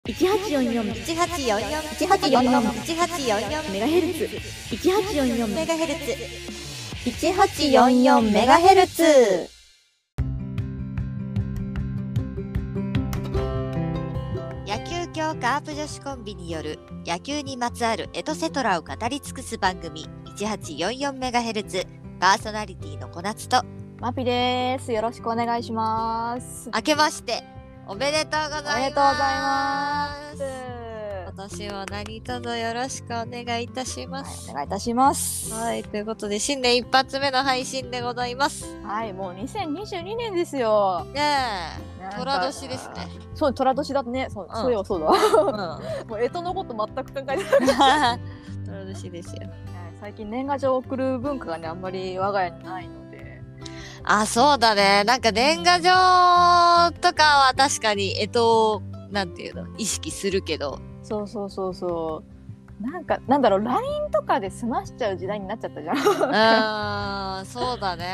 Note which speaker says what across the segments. Speaker 1: 一八四四一八四四
Speaker 2: 一八四四一八四四
Speaker 1: メガヘルツ一八四四
Speaker 2: メガヘルツ
Speaker 1: 一八四四メガヘルツ
Speaker 2: 野球協カープ女子コンビによる野球にまつわるエトセトラを語り尽くす番組1844メガヘルツパーソナリティの小夏と
Speaker 1: マピです。よろしくお願いします。
Speaker 2: 明けましておめでとうご
Speaker 1: おめでとう
Speaker 2: ざい
Speaker 1: ござ
Speaker 2: ま
Speaker 1: いますす。
Speaker 2: 今年も何卒よろしくお願いいたします
Speaker 1: お願いいたします。
Speaker 2: はい、ということで新年一発目の配信でございます
Speaker 1: はい、もう2022年ですよ。
Speaker 2: ね
Speaker 1: なん
Speaker 2: え
Speaker 1: か
Speaker 2: 虎年ですね。
Speaker 1: そう、虎年だね。そう、
Speaker 2: うん
Speaker 1: そうよ、そうだ。
Speaker 2: うん虎
Speaker 1: もう干支のこと全く考えてなかっ
Speaker 2: 年ですよ
Speaker 1: た。はい最近年賀状を送る文化がね、あんまり我が家にないので。
Speaker 2: あそうだねなんか年賀状とかは確かにえとなんていうの意識するけど
Speaker 1: そうそうそうそう。なんか、なんだろう、LINE とかで済ましちゃう時代になっちゃったじゃん。
Speaker 2: うーんそうだね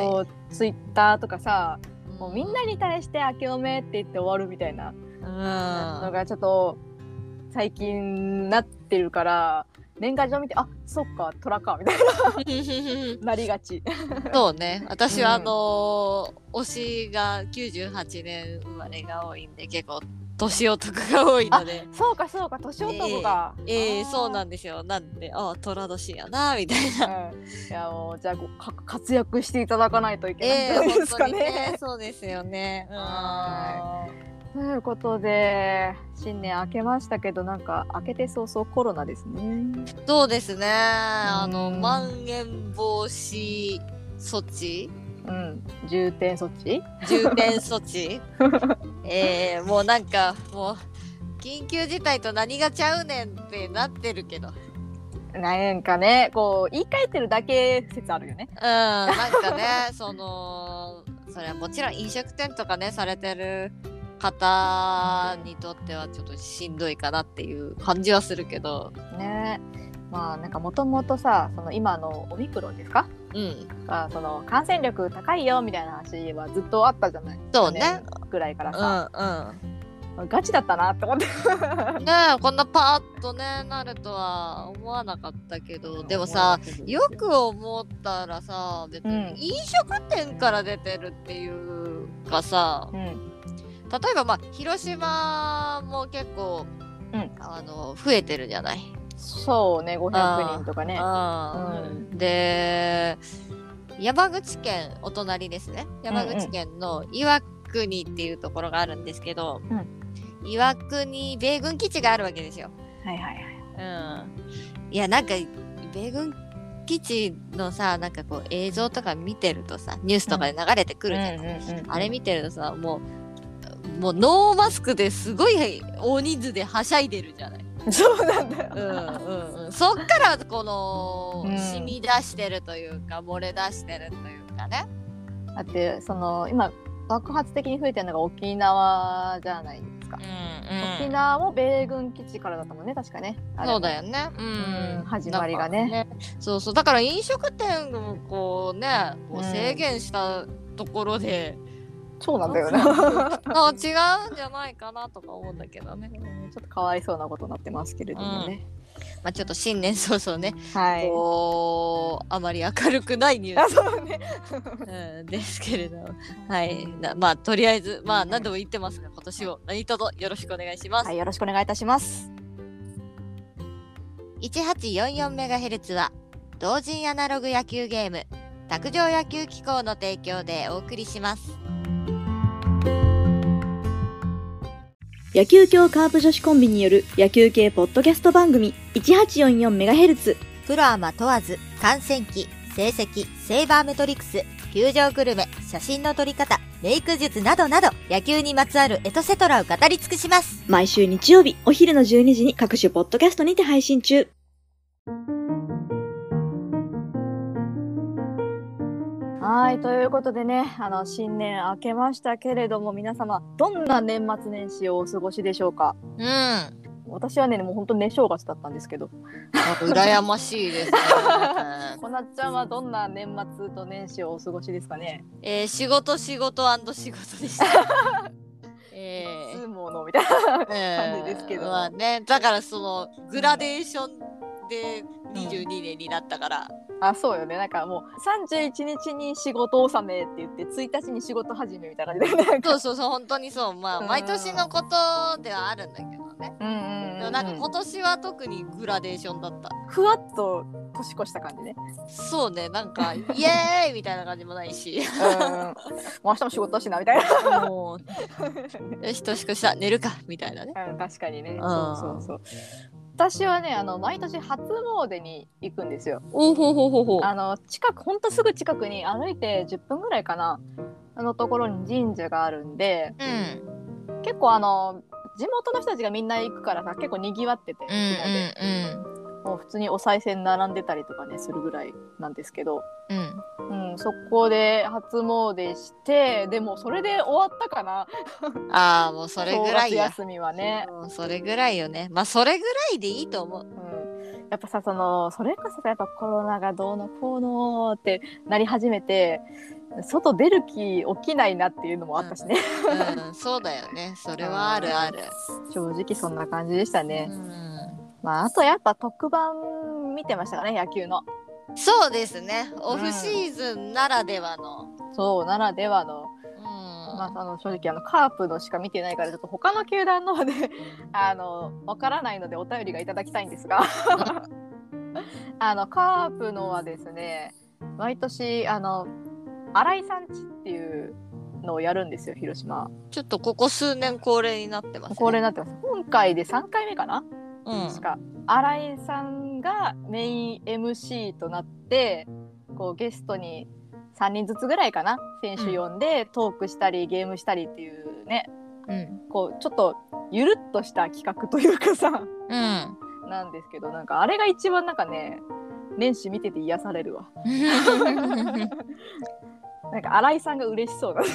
Speaker 1: そう、Twitter とかさ、もうみんな
Speaker 2: に
Speaker 1: に対して明けおめって言って終わるみたいな
Speaker 2: う
Speaker 1: の
Speaker 2: ん
Speaker 1: がちょっと最近なってるから、年賀状見て、あ、そっか、虎か、みたいななりがち。
Speaker 2: そうね私はあ
Speaker 1: うん
Speaker 2: のー推しが98年生まれが多いんで結構年男が多いので
Speaker 1: そうか、そうか、年男が。
Speaker 2: ええそうなんんですよなんでああ虎年やなみたいな。
Speaker 1: うんいやもうじゃあこうか活躍していただかないといけないん
Speaker 2: え
Speaker 1: じ
Speaker 2: え
Speaker 1: ゃないで
Speaker 2: 本
Speaker 1: すか
Speaker 2: 当にね
Speaker 1: ね。
Speaker 2: そうですよね。うん
Speaker 1: はい ということで新年明けましたけどなんか明けて早々コロナですね。
Speaker 2: そうですね。あの、
Speaker 1: うん
Speaker 2: まん延防止措置
Speaker 1: うん、重点措置
Speaker 2: 重点措 置ええもうなんか、もう、緊急事態と何がちゃうねんってなってるけど。うん、
Speaker 1: なんかねこう言い換えてるだけ説あるよね。
Speaker 2: なんか ね、その、それはもちろん飲食店とかね、されてる方にとってはちょっとしんどいかなっていう感じはするけど、
Speaker 1: ねまあなんかもともとさその今のオミクロンですか
Speaker 2: うん、
Speaker 1: がその感染力高いよみたいな話はずっとあったじゃない
Speaker 2: そうね。
Speaker 1: 去年ぐらいから
Speaker 2: う
Speaker 1: さ、
Speaker 2: ん、うん。
Speaker 1: ガチだったなって思って。
Speaker 2: ねえこんなパーッとねなるとは思わなかったけどでもさよく思ったらさ別
Speaker 1: うん
Speaker 2: に飲食店から出てるっていうかさ
Speaker 1: うん、
Speaker 2: 例えばまあ広島も結構、
Speaker 1: うん
Speaker 2: あの増えてるじゃない。
Speaker 1: そうね500人とかね。
Speaker 2: あーで山口県お隣ですね山口県の岩国っていうところがあるんですけど、
Speaker 1: う
Speaker 2: 岩国米軍基地があるわけですよ。
Speaker 1: はいはいはい。
Speaker 2: うんいやなんか米軍基地のさなんかこう映像とか見てるとさニュースとかで流れてくるじゃん、あれ見てるとさもうもうノーマスクですごい大人数ではしゃいでるじゃない、
Speaker 1: そうなんだよ。
Speaker 2: うんうんうん、そっからこの、
Speaker 1: うん
Speaker 2: 染み出してるというか漏れ出してるというかね
Speaker 1: だってその今爆発的に増えてるのが沖縄じゃないですか、
Speaker 2: うん
Speaker 1: 沖縄も米軍基地からだったもんね確かねあれ
Speaker 2: そうだよね、う
Speaker 1: うん始まりがね
Speaker 2: なんかそうそうだから飲食店もこうねこう制限したところで、
Speaker 1: そうなんだ よねち
Speaker 2: そ
Speaker 1: ょ
Speaker 2: うあ違うんじゃないかなとか思うんだけどね。
Speaker 1: っとかわいそうなことになってますけれどもね、
Speaker 2: まあちょっと新年早々ね、
Speaker 1: はい
Speaker 2: こうあまり明るくないニュー
Speaker 1: あ
Speaker 2: ス、
Speaker 1: そうね
Speaker 2: うんですけれど、はい、なまあとりあえずまあ何度も言ってますが今年も何卒よろしくお願いします
Speaker 1: は。いよろしくお願いいたします
Speaker 2: 1844メガヘルツは同人アナログ野球ゲーム卓上野球機構の提供でお送りします。
Speaker 3: 野球協カープ女子コンビによる野球系ポッドキャスト番組 1844MHz
Speaker 2: プロアマ問わず、観戦記、成績、セイバーメトリクス、球場グルメ、写真の撮り方、メイク術などなど、野球にまつわるエトセトラを語り尽くします。
Speaker 3: 毎週日曜日お昼の12時に各種ポッドキャストにて配信中
Speaker 1: はいということでねあの新年明けましたけれども皆様どんな年末年始をお過ごしでしょうか
Speaker 2: うん。あ
Speaker 1: 私はねもう本当寝正月だったんですけど
Speaker 2: 羨ましいですね。
Speaker 1: こなっちゃんはどんな年末と年始をお過ごしですかね
Speaker 2: えー、仕事仕事仕事でした。え
Speaker 1: いつもものみたいな
Speaker 2: 感
Speaker 1: じですけど
Speaker 2: まあね、だからそのグラデーションで22年になったから、
Speaker 1: あそうよねなんかもう31日に仕事納めって言って1日に仕事始めみたいな感じでなんか
Speaker 2: そうそうそう本当にそうまあ
Speaker 1: うん
Speaker 2: 毎年のことではあるんだけどね、
Speaker 1: うん
Speaker 2: でもなんか今年は特にグラデーションだった
Speaker 1: ふわっと年越した感じね
Speaker 2: そうねなん かイエーイみたいな感じもない し
Speaker 1: うんもう明日も仕事だしなみたいな
Speaker 2: もうよし年越した寝るかみたいなね
Speaker 1: うん確かにね
Speaker 2: ん
Speaker 1: そうそうそう私はねあの毎年初詣に行くんですよ
Speaker 2: おうほうほうほうほう
Speaker 1: あの近くほんとすぐ近くに歩いて10分ぐらいかなあのところに神社があるんで
Speaker 2: うん
Speaker 1: 結構あの地元の人たちがみんな行くからさ結構にぎわってて、
Speaker 2: う
Speaker 1: もう普通にお賽銭並んでたりとかねするぐらいなんですけど、
Speaker 2: んうんうん
Speaker 1: うん、そこで初詣してでもそれで終わったかな
Speaker 2: ああもうそれぐらい
Speaker 1: 正
Speaker 2: や
Speaker 1: 月休みはね、
Speaker 2: うんそれぐらいよねまあそれぐらいでいいと思 う
Speaker 1: うん、やっぱさそのそれこそさやっぱコロナがどうのこうのってなり始めて外出る気起きないなっていうのもあったしね、
Speaker 2: うんそうだよねそれはあるある
Speaker 1: 正直そんな感じでした
Speaker 2: う
Speaker 1: ね、
Speaker 2: ん
Speaker 1: まああとやっぱ特番見てましたかね野球の
Speaker 2: そうですねオフシーズンならではの
Speaker 1: そうならではの
Speaker 2: うん
Speaker 1: まあ、あの正直あのカープのしか見てないからちょっと他の球団の方で あのわからないのでお便りがいただきたいんです があのカープのはですね毎年あの新井さんちっていうのをやるんですよ広島
Speaker 2: ちょっとここ数年恒例になってますね
Speaker 1: 恒例になってます今回で3回目かな、
Speaker 2: うん
Speaker 1: 確か新井さんがメイン MC となってこうゲストに3人ずつぐらいかな選手呼んで、トークしたりゲームしたりっていうね
Speaker 2: うん
Speaker 1: こうちょっとゆるっとした企画というかさ
Speaker 2: うん
Speaker 1: なんですけどなんかあれが一番なんかね年始見てて癒されるわなんか新井さんが嬉しそうだね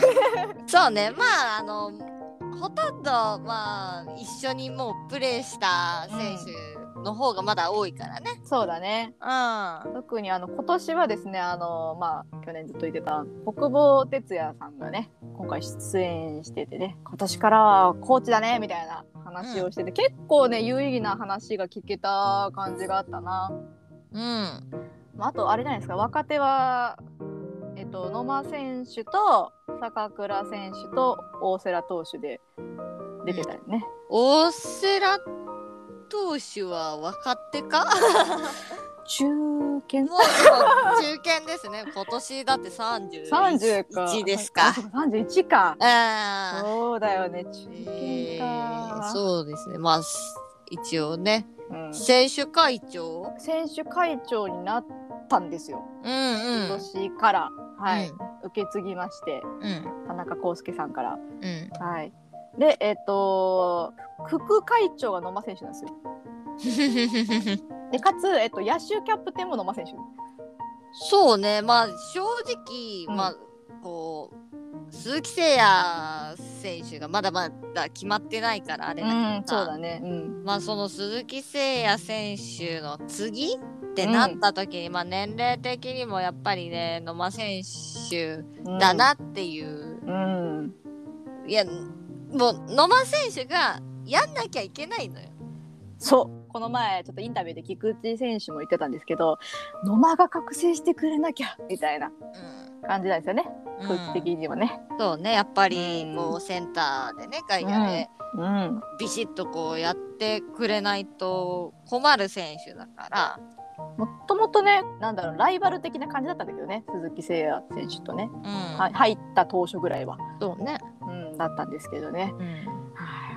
Speaker 2: そうねまああのほとんどまあ一緒にもうプレーした選手の方がまだ多いからね
Speaker 1: そうだね
Speaker 2: うん
Speaker 1: 特にあの今年はですねあのまあ去年ずっと言ってた国防哲也さんがね今回出演しててね今年からはコーチだねみたいな話をしてて、結構ね有意義な話が聞けた感じがあったな
Speaker 2: うん
Speaker 1: まあ、あとあれじゃないですか若手は、えっと、野間選手と坂倉選手と大瀬良投手で出てたよね。
Speaker 2: 大瀬良投手は若手か
Speaker 1: 中堅
Speaker 2: もうでも中堅ですね今年だって
Speaker 1: 30か
Speaker 2: 31ですか
Speaker 1: あそう31か
Speaker 2: あ
Speaker 1: そうだよね中堅
Speaker 2: ーえ
Speaker 1: か
Speaker 2: ー、、そうですねまあす一応ね
Speaker 1: うん
Speaker 2: 選手会長
Speaker 1: 選手会長になったんですよ
Speaker 2: うん
Speaker 1: 今
Speaker 2: うん
Speaker 1: 年から、はい
Speaker 2: うん
Speaker 1: 受け継ぎまして
Speaker 2: うん
Speaker 1: 田中康介さんから。
Speaker 2: うん
Speaker 1: はいでえっと副会長が野間選手なんですよ。でかつ、えっと、野手キャプテンも野間選手。
Speaker 2: そうねまあ正直、
Speaker 1: うん
Speaker 2: まあこう鈴木誠也選手がまだまだ決まってないからあれだけど
Speaker 1: そう
Speaker 2: さ
Speaker 1: だね。うん。
Speaker 2: まあその鈴木誠也選手の次ってなった時に、まあ年齢的にもやっぱりね野間選手だ。なっていう、
Speaker 1: うん。
Speaker 2: いやもう野間選手がやんなきゃいけないのよ。
Speaker 1: そう。この前ちょっとインタビューで菊池選手も言ってたんですけど、野間が覚醒してくれなきゃみたいな感じなんですよね。
Speaker 2: うん
Speaker 1: 空気的にもね。
Speaker 2: うんそうねやっぱり
Speaker 1: うん
Speaker 2: こうセンターでね外野で
Speaker 1: うん。
Speaker 2: ビシッとこうやってくれないと困る選手だから。
Speaker 1: もっともとね、なんだろうライバル的な感じだったんだけどね、鈴木誠也選手とね、
Speaker 2: うん、
Speaker 1: は入った当初ぐらいは、
Speaker 2: そうね、
Speaker 1: うん、だったんですけどね。
Speaker 2: うん
Speaker 1: はい、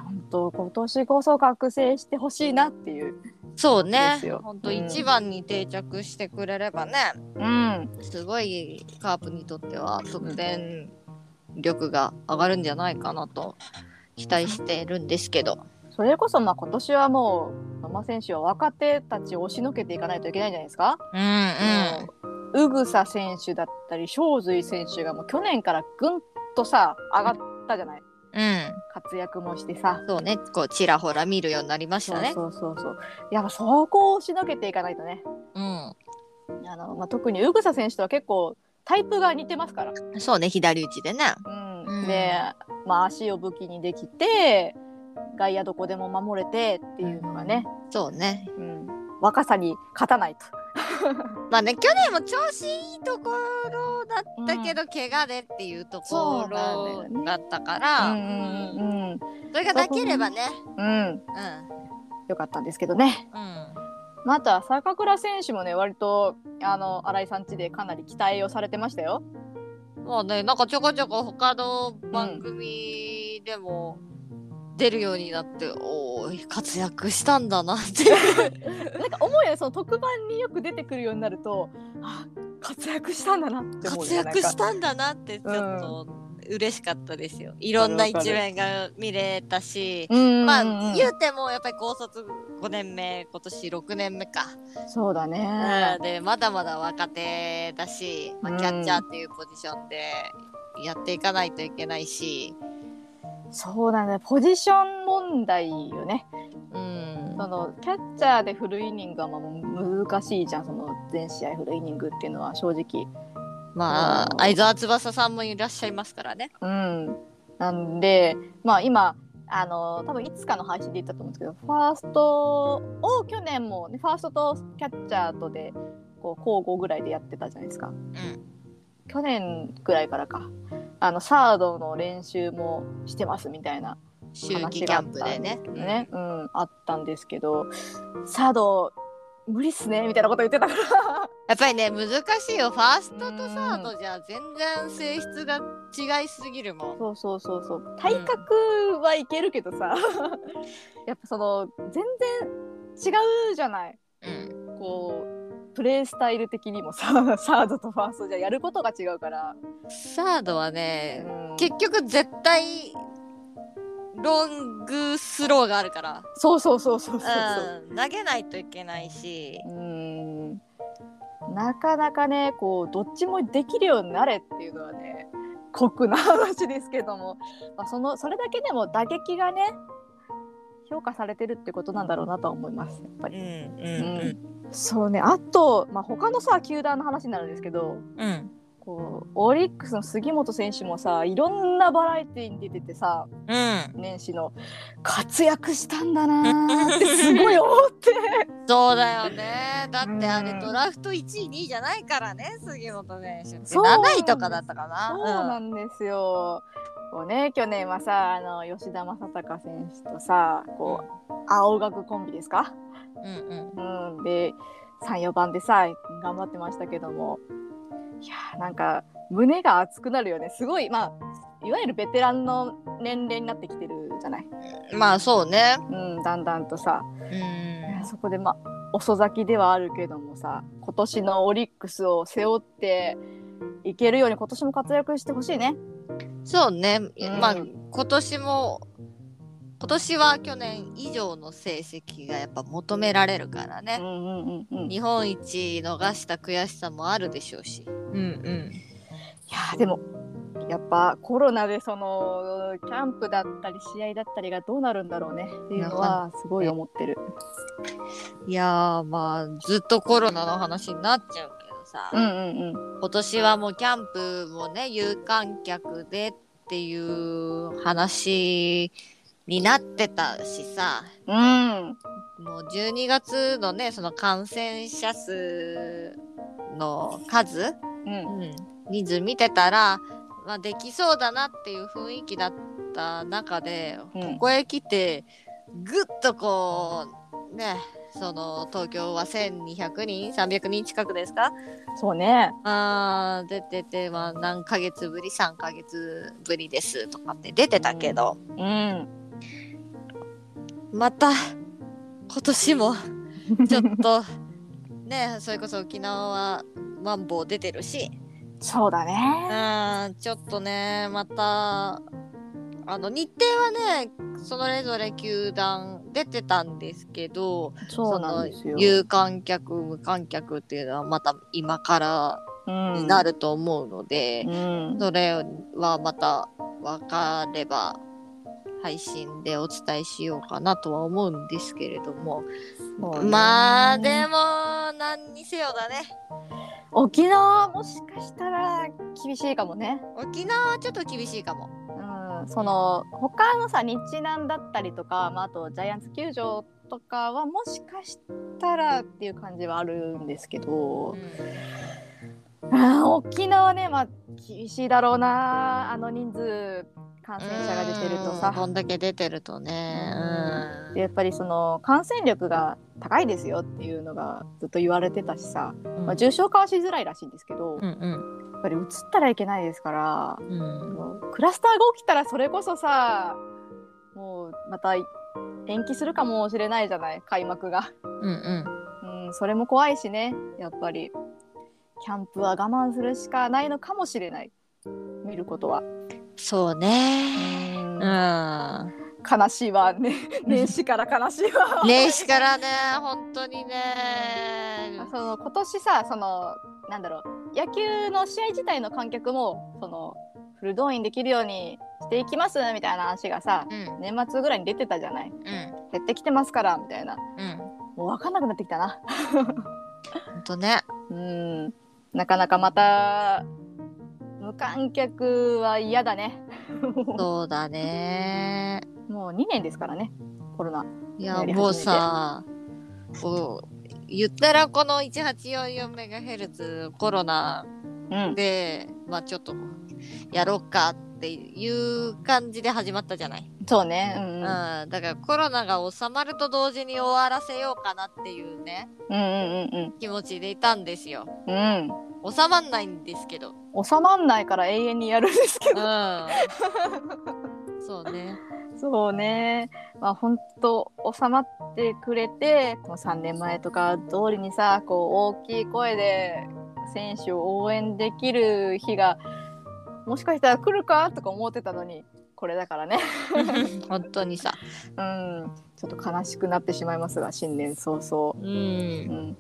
Speaker 1: 本当今年こそ覚醒してほしいなっていう。
Speaker 2: そう
Speaker 1: で
Speaker 2: ね
Speaker 1: すよ
Speaker 2: 本当
Speaker 1: うん
Speaker 2: 一番に定着してくれればね、
Speaker 1: うん。
Speaker 2: すごいカープにとっては得点力が上がるんじゃないかなと期待してるんですけど。
Speaker 1: それこそまあ今年はもう野間選手は若手たちを押しのけていかないといけないんじゃないですか。
Speaker 2: うん
Speaker 1: うぐさ選手だったり正髄選手がもう去年からぐんとさ上がったじゃない
Speaker 2: うん。うん。
Speaker 1: 活躍もしてさ
Speaker 2: そうね、こうちらほら見るようになりまし
Speaker 1: そう
Speaker 2: たね。
Speaker 1: そうそうそうやっぱそこを押しのけていかないとね
Speaker 2: う
Speaker 1: あの、まあ、特にうぐさ選手とは結構タイプが似てますから、
Speaker 2: ん。そうね、左打ちでね。
Speaker 1: うん
Speaker 2: うん
Speaker 1: で、まあ、足を武器にできて外野どこでも守れてっていうのがね、
Speaker 2: そうね。
Speaker 1: うん、若さに勝たないと。
Speaker 2: まあね、去年も調子いいところだったけど、怪我でっていうとこ
Speaker 1: そうなんだよ
Speaker 2: ろ
Speaker 1: ね
Speaker 2: だったから、
Speaker 1: うん
Speaker 2: それがなければね、
Speaker 1: うんうん、
Speaker 2: う
Speaker 1: よかったんですけどね。
Speaker 2: ん。うん。
Speaker 1: まあ、あとは坂倉選手もね割とあの新井さんちでかなり期待をされてましたよ。
Speaker 2: まあね、なんかちょこちょこ他の番組でも出るようになって、おおー活躍したんだなってい う
Speaker 1: なんか思うよねその特番によく出てくるようになるとあ活躍したんだなって思う
Speaker 2: 活
Speaker 1: よね
Speaker 2: 躍し
Speaker 1: なんか
Speaker 2: たんだなってちょっと嬉しかったですよ。いろんな一面が見れたし、
Speaker 1: うんうんうん
Speaker 2: まあ言うてもやっぱり高卒5年目今年6年目か、
Speaker 1: そうだね
Speaker 2: うん、。でまだまだ若手だし、まあ、キャッチャーっていうポジションでやっていかないといけないし、
Speaker 1: そうだねポジション問題よね。
Speaker 2: うん、
Speaker 1: そのキャッチャーでフルイニングはまあ難しいじゃんその全試合フルイニングっていうのは正直。
Speaker 2: まあ
Speaker 1: うん
Speaker 2: 相沢翼さんもいらっしゃいますからね。
Speaker 1: うん、なんで、まあ、今あの多分いつかの配信で言ったと思うんですけどファーストを去年も、ね、ファーストとキャッチャーとでこう交互ぐらいでやってたじゃないですか
Speaker 2: うん、
Speaker 1: 去年ぐらいからかあのサードの練習もしてますみたいな
Speaker 2: 秋季
Speaker 1: 話
Speaker 2: キ
Speaker 1: があ
Speaker 2: ャ
Speaker 1: っ
Speaker 2: ンプ
Speaker 1: た
Speaker 2: で
Speaker 1: んです
Speaker 2: ね
Speaker 1: け。どね、うんあったんですけどサード無理っすねみたいなこと言ってたから。
Speaker 2: やっぱりね難しいよファーストとサー
Speaker 1: う
Speaker 2: ドじゃ全然性質が違いすぎるもん。
Speaker 1: そうそうそうそう体格はいけるけどさ、 やっぱその全然違うじゃない
Speaker 2: うん、
Speaker 1: こうプレースタイル的にもさ サードとファーストじゃやることが違うから、
Speaker 2: サードは
Speaker 1: う
Speaker 2: ね
Speaker 1: ん
Speaker 2: 結局絶対ロングスローがあるから、
Speaker 1: そうそうそうそうそうそう
Speaker 2: うん、投げないといけないし
Speaker 1: うんなかなかねこうどっちもできるようになれっていうのはね酷な話ですけども、まあ、そのそれだけでも打撃がね評価されてるってことなんだろうなとは思いますやっぱ
Speaker 2: うん
Speaker 1: り
Speaker 2: う。
Speaker 1: うん
Speaker 2: ん
Speaker 1: そうねあと、まあ、他のさ球団の話になるんですけど
Speaker 2: うんうん
Speaker 1: こうオリックスの杉本選手もさいろんなバラエティーに出ててさ
Speaker 2: うん
Speaker 1: 年始の活躍したんだなーってすごい思って
Speaker 2: そうだよねだってあ
Speaker 1: う
Speaker 2: れ
Speaker 1: ん
Speaker 2: ドラフト1位2位じゃないからね杉本選手って
Speaker 1: そうなんです
Speaker 2: 7位とかだったかな
Speaker 1: そうなんですよ。こうね、去年はさあの吉田正尚選手とさこう青学コンビですか、
Speaker 2: うんうん
Speaker 1: うん、で34番でさ頑張ってましたけどもいやーなんか胸が熱くなるよねすごいまあいわゆるベテランの年齢になってきてるじゃない、
Speaker 2: うんまあそうね
Speaker 1: うん、だんだんとさ
Speaker 2: うん
Speaker 1: いやそこでまあ遅咲きではあるけどもさ今年のオリックスを背負っていけるように今年も活躍してほしいね。
Speaker 2: そう
Speaker 1: う
Speaker 2: ね、
Speaker 1: ん
Speaker 2: まあ今年も今年は去年以上の成績がやっぱ求められるから
Speaker 1: う
Speaker 2: ね、
Speaker 1: んうんうんうん、い
Speaker 2: 日本一逃した悔しさもあるでしょうし、うん
Speaker 1: やーでもやっぱコロナでそのキャンプだったり試合だったりがどうなるんだろうねっていうのはすごい思ってる。
Speaker 2: うん、いやーまあずっとコロナの話になっちゃうけどさ、
Speaker 1: うんうんうん
Speaker 2: 今年はもうキャンプもね有観客でっていう話になってたしさ、
Speaker 1: うん。
Speaker 2: もう12月のねその感染者数の数、
Speaker 1: うん。
Speaker 2: 人数見てたら、まあ、できそうだなっていう雰囲気だった中で、
Speaker 1: うん
Speaker 2: ここへ来てぐっとこうねその東京は1200人300人近くですか
Speaker 1: そうね。
Speaker 2: あー出てて、まあ、何ヶ月ぶり3ヶ月ぶりですとかって出てたけど、
Speaker 1: うん。
Speaker 2: また今年もちょっ とねそれこそ沖縄はマンボウ出てるし。
Speaker 1: そうだね。
Speaker 2: うん、ちょっとね、また、あの、日程はね、それぞれ球団出てたんですけど、
Speaker 1: そうなんです
Speaker 2: そ
Speaker 1: よ
Speaker 2: の。有観客、無観客っていうのはまた今から
Speaker 1: う
Speaker 2: に
Speaker 1: ん
Speaker 2: なると思うので
Speaker 1: う、ん。
Speaker 2: それはまた分かれば、配信でお伝えしようかなとは思うんですけれども、まあ、で
Speaker 1: も。
Speaker 2: も、何にせよだね。
Speaker 1: 沖縄もしかしたら厳しいかもね。
Speaker 2: 沖縄はちょっと厳しいかも。
Speaker 1: うん。その他のさ日南だったりとか、まあ、あとジャイアンツ球場とかはもしかしたらっていう感じはあるんですけど、あー沖縄ね、まあ、厳しいだろうなあの人数感染者が出てるとさ
Speaker 2: うん。こんだけ出てるとね。うん
Speaker 1: でやっぱりその感染力が高いですよっていうのがずっと言われてたしさ、まあ、重症化はしづらいらしいんですけど、
Speaker 2: うんうん
Speaker 1: やっぱり移ったらいけないですから
Speaker 2: うん
Speaker 1: もうクラスターが起きたらそれこそさもうまた延期するかもしれないじゃない開幕が、
Speaker 2: うんうん
Speaker 1: うん、それも怖いしねやっぱりキャンプは我慢するしかないのかもしれない見ることは、
Speaker 2: そうね。
Speaker 1: うん
Speaker 2: うん。
Speaker 1: 悲しいわね年始から悲しいわ
Speaker 2: 年始からね、本当にね。
Speaker 1: その今年さそのなんだろう野球の試合自体の観客もそのフル動員できるようにしていきますみたいな話がさ
Speaker 2: うん
Speaker 1: 年末ぐらいに出てたじゃない
Speaker 2: うん
Speaker 1: 減ってきてますからみたいな
Speaker 2: うん。
Speaker 1: もう分かんなくなってきたな
Speaker 2: 本当ね。
Speaker 1: うんなかなかまた無観客は嫌だね
Speaker 2: そうだね。
Speaker 1: もう2年ですからねコロナ
Speaker 2: い
Speaker 1: や
Speaker 2: や、
Speaker 1: り始めて
Speaker 2: もうさ、こう、言ったらこの 1844MHz コロナ
Speaker 1: うん
Speaker 2: で、まあちょっと、やろうかっていう感じで始まったじゃない。
Speaker 1: そうねうん
Speaker 2: う、
Speaker 1: うんんうん
Speaker 2: だからコロナが収まると同時に終わらせようかなっていうね、
Speaker 1: うんうん
Speaker 2: 気持ちでいたんですよ。
Speaker 1: うん
Speaker 2: 収まんないんですけど。
Speaker 1: うん収まんないから永遠にやるんですけ
Speaker 2: う
Speaker 1: ど
Speaker 2: ん。そう ね。
Speaker 1: そうね、まあ、本当収まってくれてもう3年前とか通りにさこう大きい声で選手を応援できる日がもしかしたら来るかとか思ってたのにこれだからね、
Speaker 2: 本当にさ。
Speaker 1: うん、ちょっと悲しくなってしまいますが新年早々、
Speaker 2: う。
Speaker 1: うんん、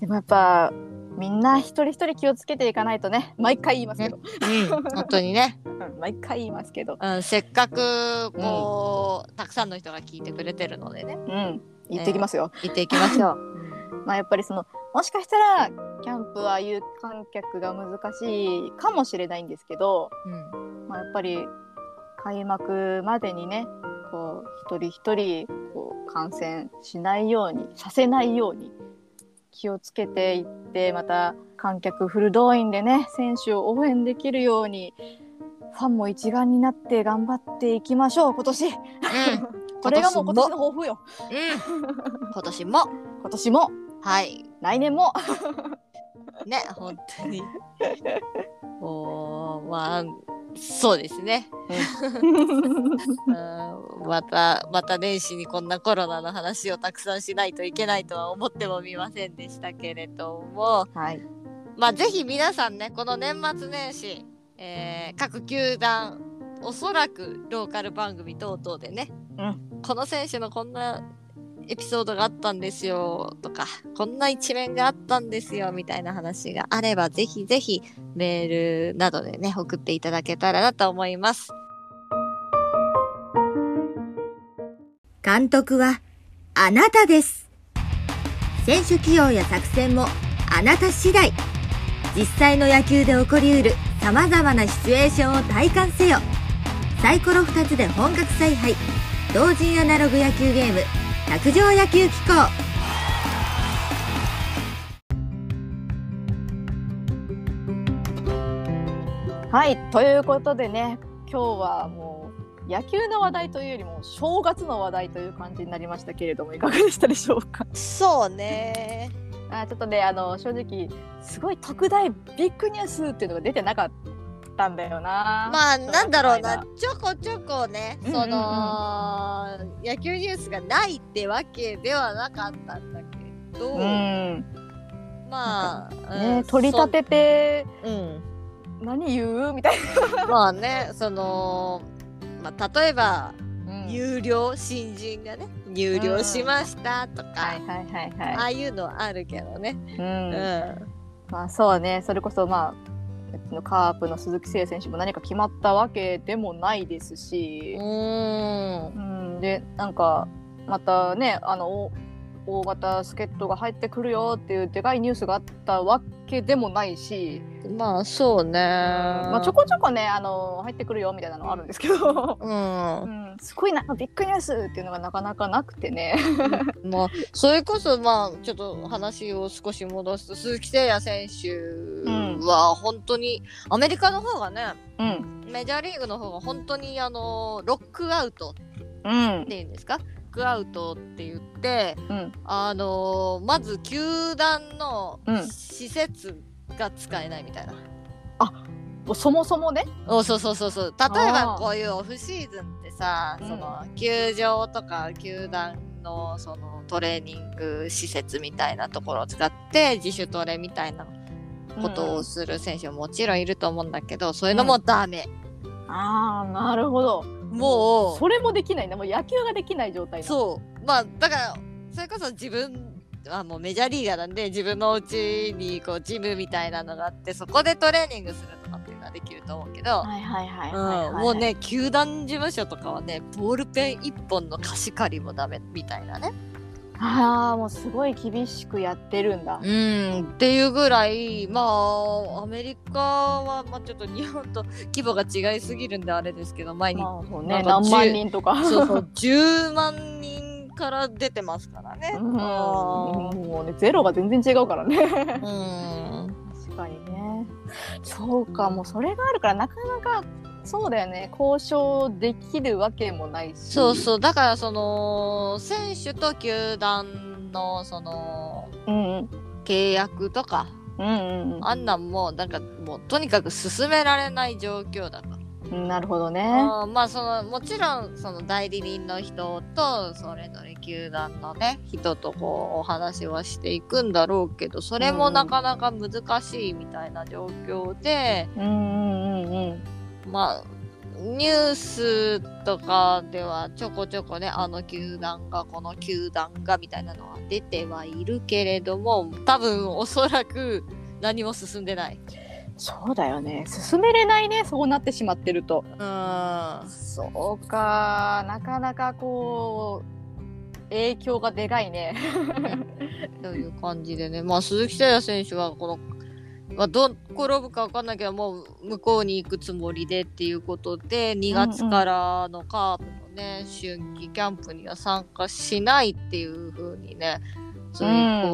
Speaker 1: でもやっぱみんな一人一人気をつけていかないとね毎回言いますけど、
Speaker 2: うん、本当にね。
Speaker 1: うん毎回言いますけど、
Speaker 2: うん、せっかくこう、たくさんの人が聞いてくれてるのでね
Speaker 1: うん、言ってきますよ。
Speaker 2: 行っていきましょう。
Speaker 1: まあ、やっぱりそのもしかしたらキャンプは有観客が難しいかもしれないんですけど、
Speaker 2: うん、
Speaker 1: まあ、やっぱり開幕までにねこう一人一人こう感染しないようにさせないように気をつけていってまた観客フル動員でね選手を応援できるようにファンも一丸になって頑張っていきましょう今年これがもう今年の抱負よ
Speaker 2: うん、うん、今年も
Speaker 1: 今年も
Speaker 2: はい
Speaker 1: 来年も
Speaker 2: ね本当にもうまあそうですね、うん、またまた年始にこんなコロナの話をたくさんしないといけないとは思ってもみませんでしたけれども、
Speaker 1: はい
Speaker 2: まあ、ぜひ皆さんね、この年末年始、えー各球団、おそらくローカル番組等々でね、
Speaker 1: う
Speaker 2: この選手のこんなエピソードがあったんですよとか、こんな一面があったんですよみたいな話があれば、ぜひぜひメールなどでね、送っていただけたらなと思います。
Speaker 4: 監督はあなたです選手起用や作戦もあなた次第実際の野球で起こりうる様々なシチュエーションを体感せよサイコロ2つで本格采配同人アナログ野球ゲーム卓上野球機構
Speaker 1: はい、ということでね、今日はもう野球の話題というよりも正月の話題という感じになりましたけれども、いかがでしたでしょうか。
Speaker 2: そうね。
Speaker 1: あ、ちょっとね、あの正直すごい特大ビッグニュースっていうのが出てなかったんだよな。
Speaker 2: まあ、
Speaker 1: そう
Speaker 2: なんだろうな、ちょこちょこね、
Speaker 1: うんうんうん
Speaker 2: その、野球ニュースがないってわけではなかったんだけど、
Speaker 1: うん、
Speaker 2: まあ、う
Speaker 1: ね
Speaker 2: ん、
Speaker 1: 取り立てて
Speaker 2: そうん、
Speaker 1: 何言うみたい
Speaker 2: まあね、その、まあ、例えば、
Speaker 1: な。うん
Speaker 2: 有料新人がね、入寮しましたと
Speaker 1: は
Speaker 2: か、
Speaker 1: いはいはい
Speaker 2: あ
Speaker 1: は
Speaker 2: あいうのはあるけどね。
Speaker 1: い。
Speaker 2: う
Speaker 1: うん
Speaker 2: ん。
Speaker 1: まあそうね、それこそまあ。うちのカープの鈴木誠也選手も何か決まったわけでもないですし、
Speaker 2: うん。
Speaker 1: うん、でなんかまたねあの大大型助っ人が入ってくるよっていうでかいニュースがあったわけけでもないし、
Speaker 2: まあそうね。
Speaker 1: まあ、ちょこちょこねあの入ってくるよみたいなのはあるんですけど、
Speaker 2: う。
Speaker 1: うんん、すごいなビッグニュースっていうのがなかなかなくてね。
Speaker 2: まあそれこそまあちょっと話を少し戻すと鈴木誠也選手は本当に、アメリカの方がね
Speaker 1: うん
Speaker 2: メジャーリーグの方が本当にあのロックアウト
Speaker 1: うん
Speaker 2: っていうんですかロックアウトって言って
Speaker 1: うん
Speaker 2: あのまず球団の
Speaker 1: うん
Speaker 2: 施設が使えないみたいな。
Speaker 1: そもそもね。
Speaker 2: おそうそうそうそう例えば
Speaker 1: あー
Speaker 2: こういうオフシーズンってさ
Speaker 1: うん
Speaker 2: その球場とか球団のそのトレーニング施設みたいなところを使って自主トレみたいなことをする選手ももちろんいると思うんだけど、そういうのもダメ、
Speaker 1: ああなるほど。
Speaker 2: も
Speaker 1: それもできないね。もう野球ができない状態
Speaker 2: う
Speaker 1: な
Speaker 2: そうまあだからそれこそ自分はもうメジャーリーガーなんで自分のうちにこうジムみたいなのがあってそこでトレーニングするとかっていうのはできると思うけど、
Speaker 1: はいはいはいはいはい、
Speaker 2: うんもう。ね球団事務所とかはねボールペン1本の貸し借りもダメみたいなね
Speaker 1: ああもうすごい厳しくやってるんだ。
Speaker 2: うんっていうぐらいまあアメリカは、まあ、ちょっと日本と規模が違いすぎるんであれですけど前に、
Speaker 1: まあもうね
Speaker 2: なんか
Speaker 1: 何万人とか。
Speaker 2: そうそう 10万人から出てますからね。
Speaker 1: うんもうねゼロが全然違うからね。
Speaker 2: うん
Speaker 1: 確かにねそうかもうそれがあるからなかなかそうだよね交渉できるわけもないし
Speaker 2: そうそうだからその選手と球団のその
Speaker 1: うんうん
Speaker 2: 契約とか
Speaker 1: うん
Speaker 2: あんなんもうなんかもうとにかく進められない状況だか
Speaker 1: う
Speaker 2: ら。
Speaker 1: んなるほどね
Speaker 2: うんまあそのもちろんその代理人の人とそれぞれ球団のね人とこうお話はしていくんだろうけどそれもなかなか難しいみたいな状況で、
Speaker 1: うんうんうんうん
Speaker 2: まあニュースとかではちょこちょこねあの球団がこの球団がみたいなのは出てはいるけれども多分おそらく何も進んでない。
Speaker 1: そうだよね進めれないねそうなってしまってると
Speaker 2: うん
Speaker 1: そうかなかなかこう影響がでかいね
Speaker 2: という感じでね、まあ、鈴木誠也選手はこの、まあ、どう転ぶか分かんないけどもう向こうに行くつもりでっていうことで2月からのカープのね、春季キャンプには参加しないっていう風にねそういう意向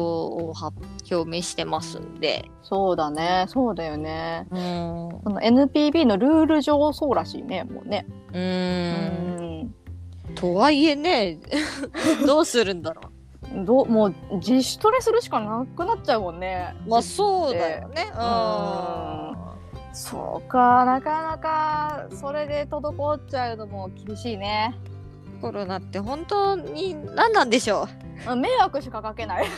Speaker 2: を発表明してますんで、
Speaker 1: そうだねそうだよね
Speaker 2: うん、う
Speaker 1: その NPB のルール上そうらしいねもうね
Speaker 2: ーん
Speaker 1: うん
Speaker 2: とはいえね どうするんだろ
Speaker 1: どうもう自主トレするしかなくなっちゃうもんね。
Speaker 2: うまあそうだよね。
Speaker 1: んそうかなかなかそれで滞っちゃうのも厳しいね。
Speaker 2: うんコロナって本当に何なんでしょう
Speaker 1: 迷惑しかかけ ない。
Speaker 2: ね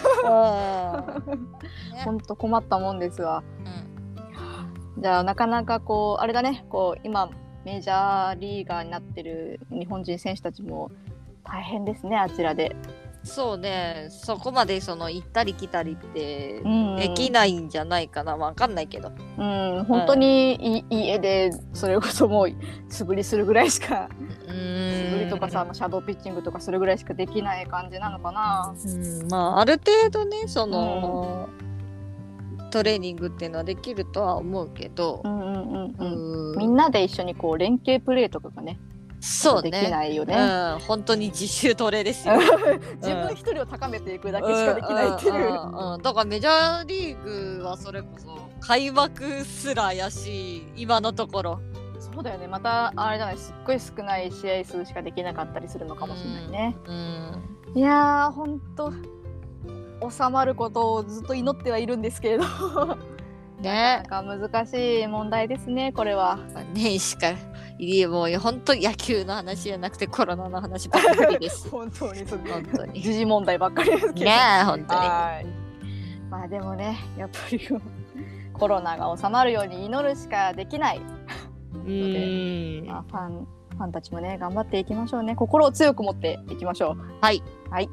Speaker 1: 本当困ったもんですわ。じゃあなかなかこうあれだねこう今メジャーリーガーになってる日本人選手たちも大変ですねあちらで。
Speaker 2: そうねそこまでその行ったり来たりって
Speaker 1: うん
Speaker 2: できないんじゃないかなわかんないけど
Speaker 1: うん本当にいい家でそれこそもう素振りするぐらいしか素振りとかさシャドーピッチングとかするぐらいしかできない感じなのかな。
Speaker 2: うんまあある程度ねその、トレーニングっていうのはできるとは思うけど
Speaker 1: う、んうんうんうん。
Speaker 2: うん
Speaker 1: みんなで一緒にこう連携プレーとかがね
Speaker 2: そうね
Speaker 1: できないよね、
Speaker 2: うん、本当に自習トレですよ
Speaker 1: 自分一人を高めていくだけしかできないっていう、
Speaker 2: んんうんうんだからメジャーリーグはそれこそ開幕すら怪しい今のところ
Speaker 1: そうだよねまたあれじゃないすっごい少ない試合数しかできなかったりするのかもしれないね、
Speaker 2: うん
Speaker 1: いやーほんと収まることをずっと祈ってはいるんですけれど
Speaker 2: ね
Speaker 1: なんか難しい問題ですねこれは
Speaker 2: まあ年始からいえもう本当野球の話じゃなくてコロナの話ばっかりです
Speaker 1: 本当にそう
Speaker 2: 本当に
Speaker 1: 時事問題ばっかりですけど
Speaker 2: ねえ本当に
Speaker 1: はいまあでもねやっぱりこうコロナが収まるように祈るしかできない
Speaker 2: うん
Speaker 1: まあ、ファンファンたちもね頑張っていきましょうね心を強く持っていきましょう
Speaker 2: はい
Speaker 1: はい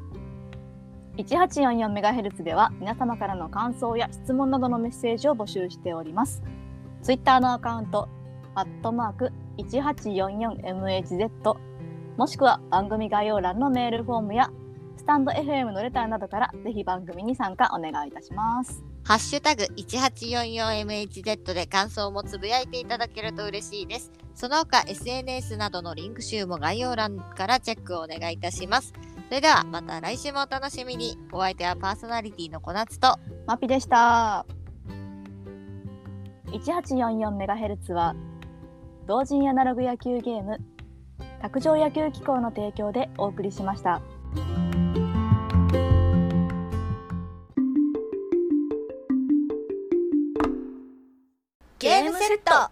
Speaker 1: 1844メガヘルツでは皆様からの感想や質問などのメッセージを募集しておりますツイッターのアカウントアットマーク 1844MHz もしくは番組概要欄のメールフォームやスタンド FM のレターなどからぜひ番組に参加お願いいたします。
Speaker 2: ハッシュタグ 1844MHz で感想もつぶやいていただけると嬉しいです。その他 SNS などのリンク集も概要欄からチェックをお願いいたします。それではまた来週もお楽しみに。お相手はパーソナリティの小夏と
Speaker 1: マピでした。1844MHz は同人アナログ野球ゲーム卓上野球機構の提供でお送りしました。
Speaker 4: ゲームセット